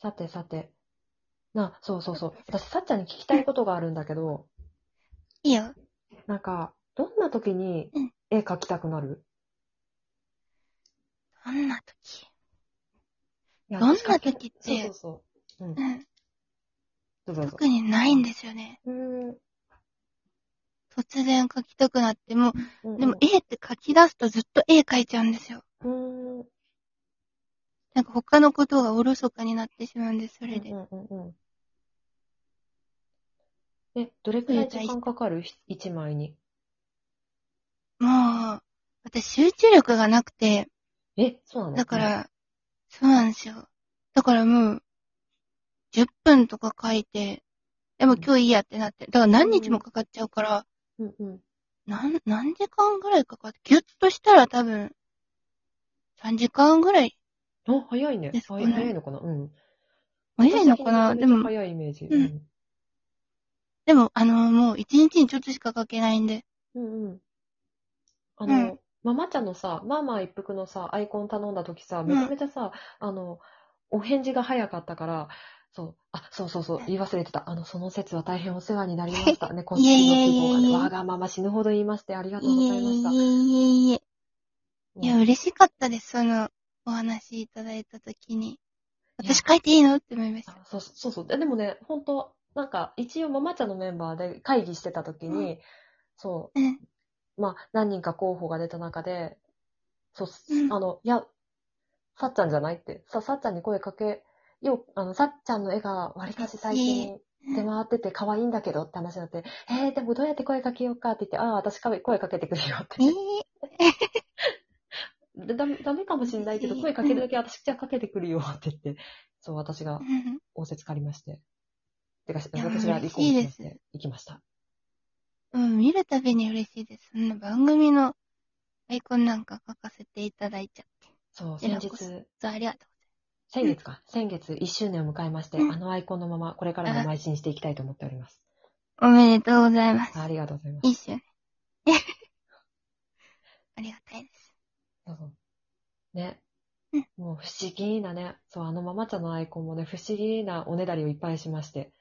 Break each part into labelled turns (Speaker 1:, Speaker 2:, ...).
Speaker 1: さてさて。な、そうそうそう。私、さっちゃんに聞きたいことがあるんだけど、
Speaker 2: いいよ。
Speaker 1: なんか、どんな時に
Speaker 2: うん
Speaker 1: 絵描きたくなる
Speaker 2: どんな時
Speaker 1: ど
Speaker 2: どんな時っ
Speaker 1: そうそ
Speaker 2: て
Speaker 1: う、そう。うん
Speaker 2: う。ん、
Speaker 1: どうぞどうぞ
Speaker 2: 特。にないんですよね。
Speaker 1: うーん
Speaker 2: 突然描きたくなって、も
Speaker 1: うんうん
Speaker 2: う、でも絵って描き出すとずっと絵描いちゃうんですよ。
Speaker 1: うーん。うん
Speaker 2: なんか他のことがおろそかになってしまうんです、それで。
Speaker 1: うんうんうん。え、どれくらい時間かかるひ一枚に。
Speaker 2: もう、私集中力がなくて、
Speaker 1: え、そうなの
Speaker 2: だか、ら、そうなんですよ。だからもう、10分とか書いて、でも今日いいやってなって、だから何日もかかっちゃうから、
Speaker 1: うんうん。
Speaker 2: なん、何時間ぐらいかかって、ぎゅっとしたら多分、3時間ぐらい。
Speaker 1: あ、早いね
Speaker 2: で。すか
Speaker 1: 早
Speaker 2: ね
Speaker 1: い早いのかなうん。
Speaker 2: 早いのかな
Speaker 1: 私
Speaker 2: で
Speaker 1: 的にめちゃめちゃ
Speaker 2: も、
Speaker 1: 早いイメージ。
Speaker 2: うんでも、あのもう1日にちょっとしか書けないんで。
Speaker 1: うんうん。あ
Speaker 2: う
Speaker 1: の、
Speaker 2: ん
Speaker 1: ママちゃんのさ、マーマー一服のさ、アイコン頼んだ時さ、
Speaker 2: ん
Speaker 1: めちゃめちゃさ、あの、お返事が早かったから、そう、あ、そうそうそう、言い忘れてた。あの、その説は大変お世話になりました。ね、こっち
Speaker 2: いえい
Speaker 1: の
Speaker 2: えいえいえ
Speaker 1: 希望がね、わがまま死ぬほど言いまして、ありがとうご
Speaker 2: い
Speaker 1: ざ
Speaker 2: え
Speaker 1: いました。
Speaker 2: いえいえいえ。いや、
Speaker 1: うん
Speaker 2: 嬉しかったです、その、お話いただいたとき
Speaker 1: い
Speaker 2: に。
Speaker 1: や
Speaker 2: 私書いていいのって思いました。
Speaker 1: あそうそうそう。ででもね、本当なんか、一応ママちゃんのメンバーで会議してた時に、
Speaker 2: う
Speaker 1: そう、
Speaker 2: うん。
Speaker 1: まあ、何人か候補が出た中で、そう、
Speaker 2: うん
Speaker 1: あの、いや、さっちゃんじゃないって、さ、さっちゃんに声かけ、よう、あの、さっちゃんの絵がわりかし最近出回ってて可愛いんだけどって話になって、えー、でもどうやって声かけようかって言って、ああ、私声声かけてくるよって
Speaker 2: え。
Speaker 1: でだダメかもしんないけど、声かけるだけ私じゃあかけてくるよって言って、そう、私が
Speaker 2: ー、
Speaker 1: 仰せつかりまして。てか、
Speaker 2: や
Speaker 1: 私が離婚しまして、行きました。
Speaker 2: うん、見るたびに嬉しいです。そんな番組のアイコンなんか書かせていただいちゃって。
Speaker 1: そう、
Speaker 2: い
Speaker 1: 先
Speaker 2: やこそ
Speaker 1: 日、
Speaker 2: そうありがとう
Speaker 1: 先月か、先月1周年を迎えまして、
Speaker 2: うん
Speaker 1: あのアイコンのままこれからも邁進していきたいと思っております。
Speaker 2: ございます。おめでとうございます。
Speaker 1: ありがとうございます。
Speaker 2: いいっすよね。 ありがたいです。
Speaker 1: そうそうね
Speaker 2: うん。
Speaker 1: もう不思議なね、そう、あのママちゃんのアイコンもね、不思議なおねだりをいっぱいしまして。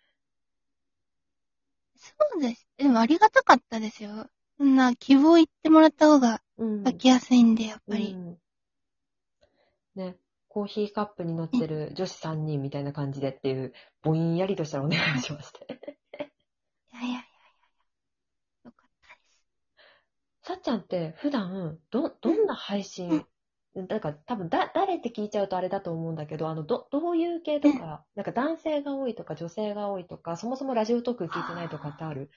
Speaker 2: そうです。でもありがたかったですよ。そんな希望言ってもらった方が
Speaker 1: うん。
Speaker 2: 書きやすいんで、やっぱり。
Speaker 1: うんね、コーヒーカップに乗ってる女子3人みたいな感じでっていう、ぼんやりとしたお願いをしまして。
Speaker 2: いやいやいやいや。よかったです。
Speaker 1: さっちゃんって普段ど、どんな配信、なんか多分だ、誰って聞いちゃうとあれだと思うんだけど、あの、ど、どういう系とか、なんか男性が多いとか女性が多いとか、そもそもラジオトーク聞いてないとかってある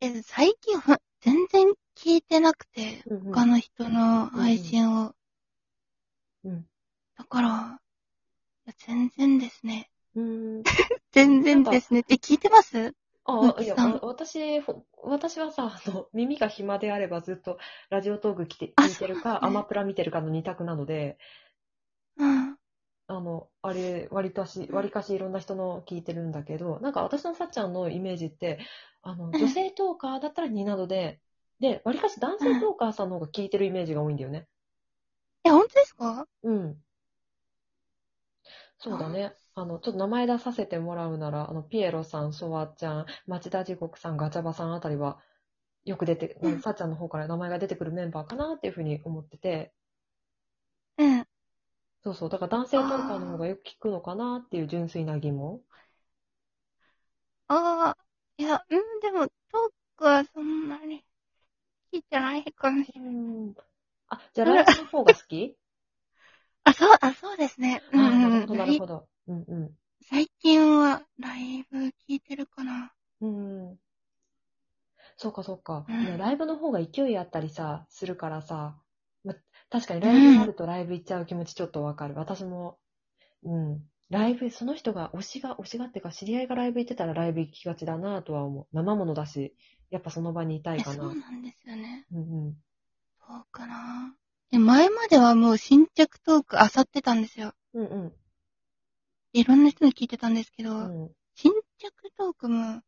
Speaker 2: え、最近ほん、全然聞いてなくて、
Speaker 1: うんうん
Speaker 2: 他の人の配信を。
Speaker 1: うん
Speaker 2: だから、いや全然ですね。
Speaker 1: うーん。
Speaker 2: 全然ですね。って聞いてます
Speaker 1: あ
Speaker 2: なん
Speaker 1: あ、
Speaker 2: か
Speaker 1: いや、
Speaker 2: さ
Speaker 1: わ私、ほ私はさ、あの、耳が暇であればずっとラジオトーク聞いて
Speaker 2: あ
Speaker 1: 聞いてる
Speaker 2: そうなん
Speaker 1: か、
Speaker 2: だ
Speaker 1: アマプラ見てるかの二択なので、
Speaker 2: うん。
Speaker 1: あの、あれ、割とし、割かしいろんな人の聞いてるんだけど、なんか私のさっちゃんのイメージって、あの、女性トーカーだったら2などで、で、割かし男性トーカーさんの方が聞いてるイメージが多いんだよね。
Speaker 2: え、本当ですか
Speaker 1: うん。そうだね。あの、ちょっと名前出させてもらうなら、あの、ピエロさん、ソワちゃん、町田地獄さん、ガチャバさんあたりは、よく出て、
Speaker 2: うん
Speaker 1: さっちゃんの方から名前が出てくるメンバーかなっていうふうに思ってて、
Speaker 2: うん。
Speaker 1: そうそう、だから男性トーカーの方がよく聞くのかなっていう純粋な疑問。
Speaker 2: ああ、いや、うん、でも、トークはそんなに、聞いてないかもしれな
Speaker 1: う
Speaker 2: い。
Speaker 1: んあ、じゃあ、ライブの方が好き
Speaker 2: あ、そう、あ、そうですね。
Speaker 1: あー
Speaker 2: う
Speaker 1: なんるほ
Speaker 2: う
Speaker 1: ど、
Speaker 2: ん。
Speaker 1: な
Speaker 2: ラ
Speaker 1: る
Speaker 2: イ
Speaker 1: ほど。うんう
Speaker 2: 最近は、ライブ聞いてるかな。
Speaker 1: ん。うん。そうか、そうか。
Speaker 2: うん
Speaker 1: ねライブの方が勢いあったりさ、するからさ、ま、確かにライブがあるとライブ行っちゃう気持ちちょっとわかる。私も、うん。ライブ、その人が、推しが、推しがっていうか、知り合いがライブ行ってたらライブ行きがちだなとは思う。生ものだし、やっぱその場にいたい
Speaker 2: え、
Speaker 1: かな。
Speaker 2: そう
Speaker 1: う
Speaker 2: なんですよね。
Speaker 1: んうん。
Speaker 2: そうかな。え、前まではもう新着トーク漁ってたんですよ。
Speaker 1: うんうん。
Speaker 2: いろんな人に聞いてたんですけど、
Speaker 1: うん
Speaker 2: 新着トークも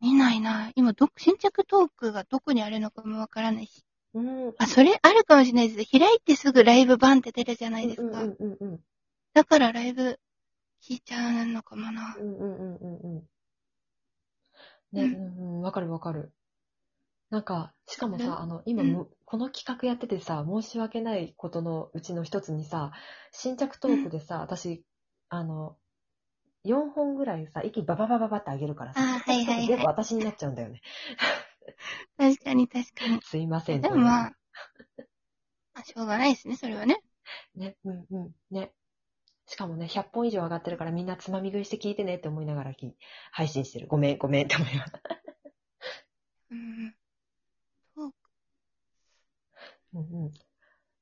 Speaker 2: 見ないな。今ど、新着トークがどこにあるのかもわからないし。
Speaker 1: うん。
Speaker 2: あ、それあるかもしれないです。開いてすぐライブバンって出るじゃないですか。
Speaker 1: うんうんうんうん。
Speaker 2: だからライブ聞いちゃうのかもな。
Speaker 1: うんうんうんうんうん。ね、う
Speaker 2: う
Speaker 1: ん、うんわかるわかる。なんか、しかも
Speaker 2: うん
Speaker 1: さ、あの、今、
Speaker 2: うん
Speaker 1: むこの企画やっててさ、申し訳ないことのうちの一つにさ、新着トークでさ、私、あの、4本ぐらいさ、息バババババってあげるからさ、
Speaker 2: あーはいはいはい
Speaker 1: 全部私になっちゃうんだよね。
Speaker 2: 確かに確かに。
Speaker 1: すいません。
Speaker 2: でもまあ、まあ、しょうがないですね、それはね。
Speaker 1: ね、うんうん、ね。しかもね、100本以上上がってるからみんなつまみ食いして聞いてねって思いながらき配信してる。ごめん、ごめんって思いながら。
Speaker 2: うん。そう
Speaker 1: うんうん。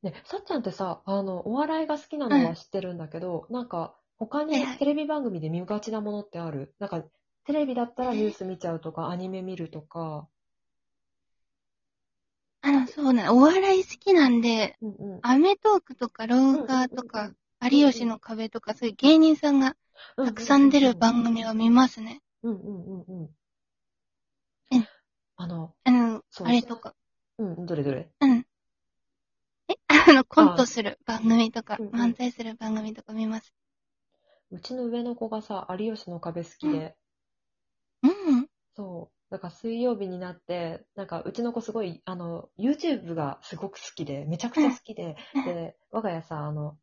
Speaker 1: ね、さっちゃんってさ、あの、お笑いが好きなの
Speaker 2: う
Speaker 1: は
Speaker 2: ん
Speaker 1: 知ってるんだけど、なんか、他
Speaker 2: はい
Speaker 1: に
Speaker 2: はい
Speaker 1: テレビ番組で見がちなものってあるなんか、テレビだったらニュース見ちゃうとか、アニメ見るとか。
Speaker 2: あの、そうなの。お笑い好きなんで、
Speaker 1: うんうん。
Speaker 2: アメトークとか、ローカーとか、有吉の壁とか、そういう芸人さんが
Speaker 1: うんうんうん、
Speaker 2: たくさん出る番組は見ますね。
Speaker 1: うんうんうんうん。
Speaker 2: うん
Speaker 1: あの、
Speaker 2: あの、
Speaker 1: そう
Speaker 2: あれとか。
Speaker 1: うん、どれどれ。
Speaker 2: うん。え、あの、コントする番組とか、
Speaker 1: うんうん
Speaker 2: 漫才する番組とか見ます。
Speaker 1: うちの上の子がさ、有吉の壁好きで、
Speaker 2: うん。
Speaker 1: そう。だから水曜日になって、なんかうちの子すごい、あの、YouTube がすごく好きで、めちゃくちゃ好きで、で、我が家さ、あの、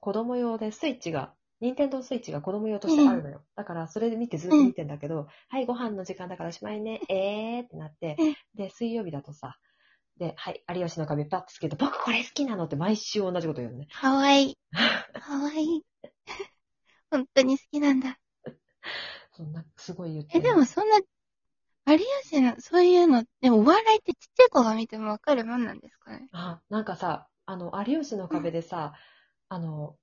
Speaker 1: 子供用でスイッチが、任天堂スイッチが子供用としてあるのよ。だからそれで見てずっと見てんだけど、はい、ご飯の時間だからおしまいね、えーってなって
Speaker 2: うん、
Speaker 1: で、水曜日だとさ、で、はい、有吉の壁パッてつけて、僕これ好きなのって毎週同じこと言うのね。
Speaker 2: かわいい。かわい い。本当に好きなんだ。
Speaker 1: そんな、すごい言って
Speaker 2: え、
Speaker 1: る
Speaker 2: でもそんな、有吉の、そういうの、でもお笑いってちっちゃい子が見てもわかるもんなんですかね。
Speaker 1: あ、なんかさ、あの、有吉の壁でさ、あの、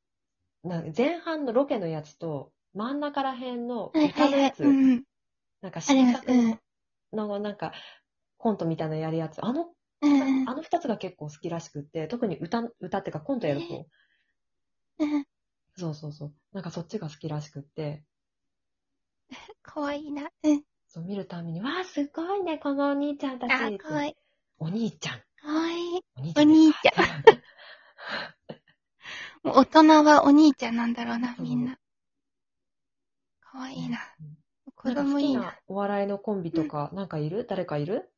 Speaker 1: な前半のロケのやつと、真ん中ら辺の
Speaker 2: はいは
Speaker 1: 歌
Speaker 2: い
Speaker 1: の
Speaker 2: は
Speaker 1: や
Speaker 2: い。
Speaker 1: つ、
Speaker 2: うんうん。
Speaker 1: なんか
Speaker 2: あり
Speaker 1: 新
Speaker 2: ます。
Speaker 1: 作
Speaker 2: うん。
Speaker 1: の、なんか、コントみたいなのやるやつ、あの、
Speaker 2: うんうん
Speaker 1: あの二つが結構好きらしくって、特に歌、歌ってかコントやる
Speaker 2: え
Speaker 1: 方、
Speaker 2: うん。
Speaker 1: そうそうそう、なんかそっちが好きらしくって、
Speaker 2: かわいいな。うん。
Speaker 1: そう見るたびに、わあ、すごいね、このお兄ちゃんたち
Speaker 2: あ
Speaker 1: っ、て
Speaker 2: かわいい。
Speaker 1: お兄ちゃん、
Speaker 2: かわいい。
Speaker 1: お兄ち
Speaker 2: お
Speaker 1: ゃんです。
Speaker 2: 兄ちゃん。もう大人はお兄ちゃんなんだろうな、みんな。かわいいな。
Speaker 1: う
Speaker 2: 子
Speaker 1: ん なんか好
Speaker 2: 供い
Speaker 1: き
Speaker 2: いな。
Speaker 1: なお笑いのコンビとか、なんかいる誰かいる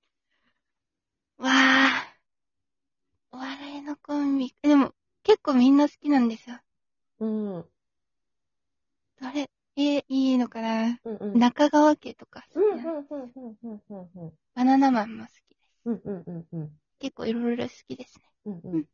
Speaker 2: わあ。お笑いのコンビ。でも、結構みんな好きなんですよ。
Speaker 1: うん。うん
Speaker 2: どれ、え、いいのかな
Speaker 1: うん。
Speaker 2: 中川家とか好
Speaker 1: うん
Speaker 2: き
Speaker 1: うん
Speaker 2: な、
Speaker 1: うんうんうんうんうん。
Speaker 2: バナナマンも好きです。
Speaker 1: うんうんうんうん。
Speaker 2: 結構いろいろ好きですね。
Speaker 1: うんう
Speaker 2: うん
Speaker 1: ん。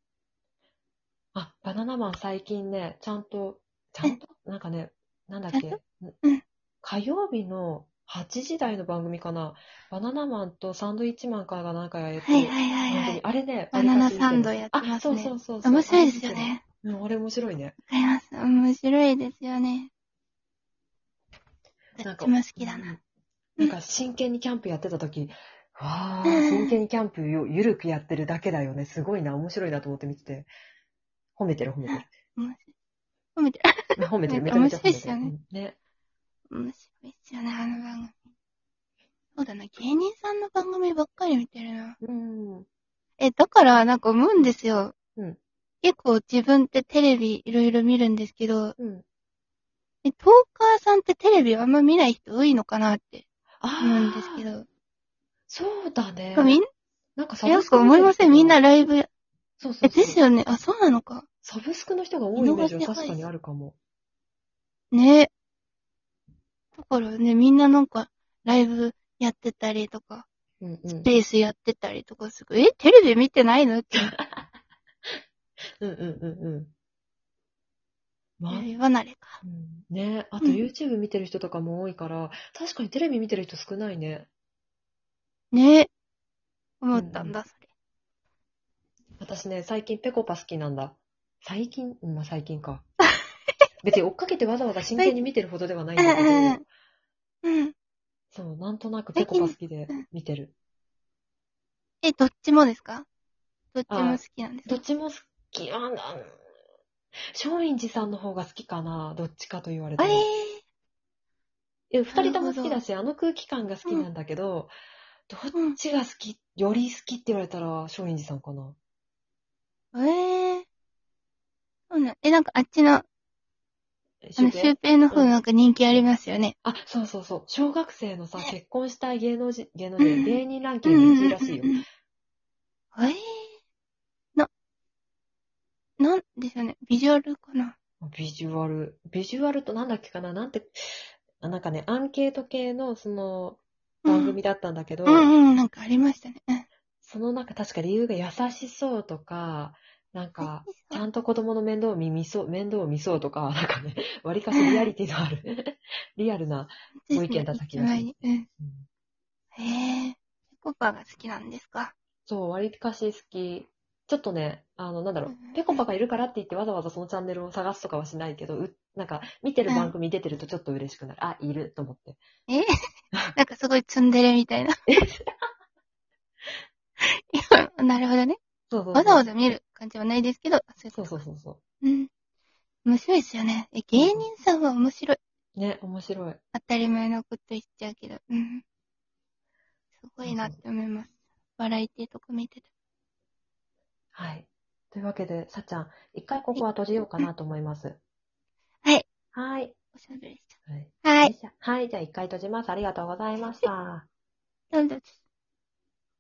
Speaker 1: あ、バナナマン最近ね、ちゃんと、ちゃんとなんかね、なんだっ
Speaker 2: ち
Speaker 1: け
Speaker 2: ゃん、
Speaker 1: うん火曜日の8時台の番組かな、バナナマンとサンドイッチマンかがなんかやってる
Speaker 2: はいはいはいは
Speaker 1: 番組
Speaker 2: い。
Speaker 1: あれね、
Speaker 2: バナナ
Speaker 1: あれ
Speaker 2: サンドやってますね
Speaker 1: あ、そうそうそうそう。
Speaker 2: 面白いですよね。
Speaker 1: うん。あれ面白いね。
Speaker 2: わかります。面白いですよね。どっちも好きだな。。
Speaker 1: なんか真剣にキャンプやってた 時、わあ、真剣にキャンプをゆるくやってるだけだよね。すごいな、面白いなと思って見てて。褒めてる褒めて る。
Speaker 2: 面白い。褒めてる。
Speaker 1: 褒めてる、
Speaker 2: な
Speaker 1: め
Speaker 2: ん
Speaker 1: ちゃ
Speaker 2: か
Speaker 1: めちゃ褒め
Speaker 2: 面白いってす
Speaker 1: る。
Speaker 2: よ
Speaker 1: う
Speaker 2: ね
Speaker 1: んね。
Speaker 2: 面白いっすよね、あの番組。そうだな、芸人さんの番組ばっかり見てるな。
Speaker 1: うん。
Speaker 2: え、だからなんか思うんですよ。
Speaker 1: うん
Speaker 2: 結構自分ってテレビいろいろ見るんですけど、
Speaker 1: うん。
Speaker 2: え、トーカーさんってテレビあんま見ない人多いのかなって
Speaker 1: ああ、
Speaker 2: 思うんですけど。
Speaker 1: そうだね。
Speaker 2: みん
Speaker 1: なんか
Speaker 2: な、
Speaker 1: サ
Speaker 2: よ
Speaker 1: ブスク
Speaker 2: く思いませんみんな
Speaker 1: の人が。
Speaker 2: ライブや、
Speaker 1: そうそ
Speaker 2: え、
Speaker 1: うそう。
Speaker 2: ですよね。あ、そうなのか。
Speaker 1: サブスクの人が多いイメージは確かにあるかも。
Speaker 2: ねだからね、みんななんか、ライブやってたりとか、
Speaker 1: うんう
Speaker 2: ス
Speaker 1: ん。
Speaker 2: ペースやってたりとかする。え、テレビ見てないのって
Speaker 1: うんうんうんうん。まあ
Speaker 2: テレビ離れか。
Speaker 1: うんねあと
Speaker 2: うん
Speaker 1: YouTube 見てる人とかも多いから、確かにテレビ見てる人少ないね。
Speaker 2: ね思ったんだ、それ。
Speaker 1: 私ね、最近ぺこぱ好きなんだ。最近うんまあ最近 か。別に追っかけてわざわざ真剣に見てるほどではないんだけ
Speaker 2: うんうんう
Speaker 1: ど
Speaker 2: ん、うん。
Speaker 1: そう、なんとなくぺこぱ好きで見てる。
Speaker 2: え、どっちもですかどっちも好きなんです
Speaker 1: ど
Speaker 2: か
Speaker 1: っちも好きあなん松陰寺さんの方が好きかな、どっちかと言われ
Speaker 2: あ
Speaker 1: て
Speaker 2: え
Speaker 1: も。え、二人とも
Speaker 2: なるほど
Speaker 1: 好きだし、あの空気感が好きなんだけど、
Speaker 2: う
Speaker 1: ど
Speaker 2: ん
Speaker 1: っ。ちが好き、より好きって言われたら松陰寺さんかな。
Speaker 2: えー。そうなん、え、なんかあっちの、あの、シュウペイの方なんか人気ありますよね。
Speaker 1: あ、そうそうそう。小学生のさ、
Speaker 2: ね
Speaker 1: 結婚したい芸能人、芸能
Speaker 2: う
Speaker 1: 人、
Speaker 2: ん
Speaker 1: 芸人ランキ
Speaker 2: う
Speaker 1: ン
Speaker 2: ん
Speaker 1: グ
Speaker 2: う
Speaker 1: 1位
Speaker 2: んうんうん。
Speaker 1: らしいよ。
Speaker 2: えー、な、なんでしょうね。ビジュアルかな。
Speaker 1: ビジュアル。ビジュアルとなんだっけかななんて、あなんかね、アンケート系の、その、番組だったんだけど、
Speaker 2: うんうん、なんかありましたね。うん
Speaker 1: その中確か理由が優しそうとか、なんか、ちゃんと子供の面倒を見そう、面倒を見そうとか、 なんかね、わりかしリアリティのある、 リアルな。ご意見だった気がします
Speaker 2: 一枚にうん。
Speaker 1: うん
Speaker 2: へえー、ぺこぱが好きなんですか。
Speaker 1: そう、わりかし好き。ちょっとね、あの、なんだろ
Speaker 2: うん
Speaker 1: う、ぺこぱがいるからって言ってわざわざそのチャンネルを探すとかはしないけど、うなんか、見てる番組出てるとちょっと嬉しくなる。あ、いると思って。
Speaker 2: えー、なんかすごいツンデレみたいな。今 なるほどね。
Speaker 1: そうそうそう。
Speaker 2: わざわざ見る感じはないですけど、そういう
Speaker 1: そ
Speaker 2: こ
Speaker 1: う
Speaker 2: と
Speaker 1: そうそうそ
Speaker 2: うん。面白いですよね。え、芸人さんは面白い。
Speaker 1: う。ね、面白い。
Speaker 2: 当たり前のこと言っちゃうけど。うん。すごいなって思います。バラエティとか見てて。
Speaker 1: はい。というわけで、さっちゃん、一回ここは閉じようかなと思います。
Speaker 2: はい。
Speaker 1: はい。
Speaker 2: おしゃべりしち
Speaker 1: はい。
Speaker 2: ゃう。は。
Speaker 1: はいい。はい、じゃあ一回閉じます。ありがとうございました。
Speaker 2: どうぞ。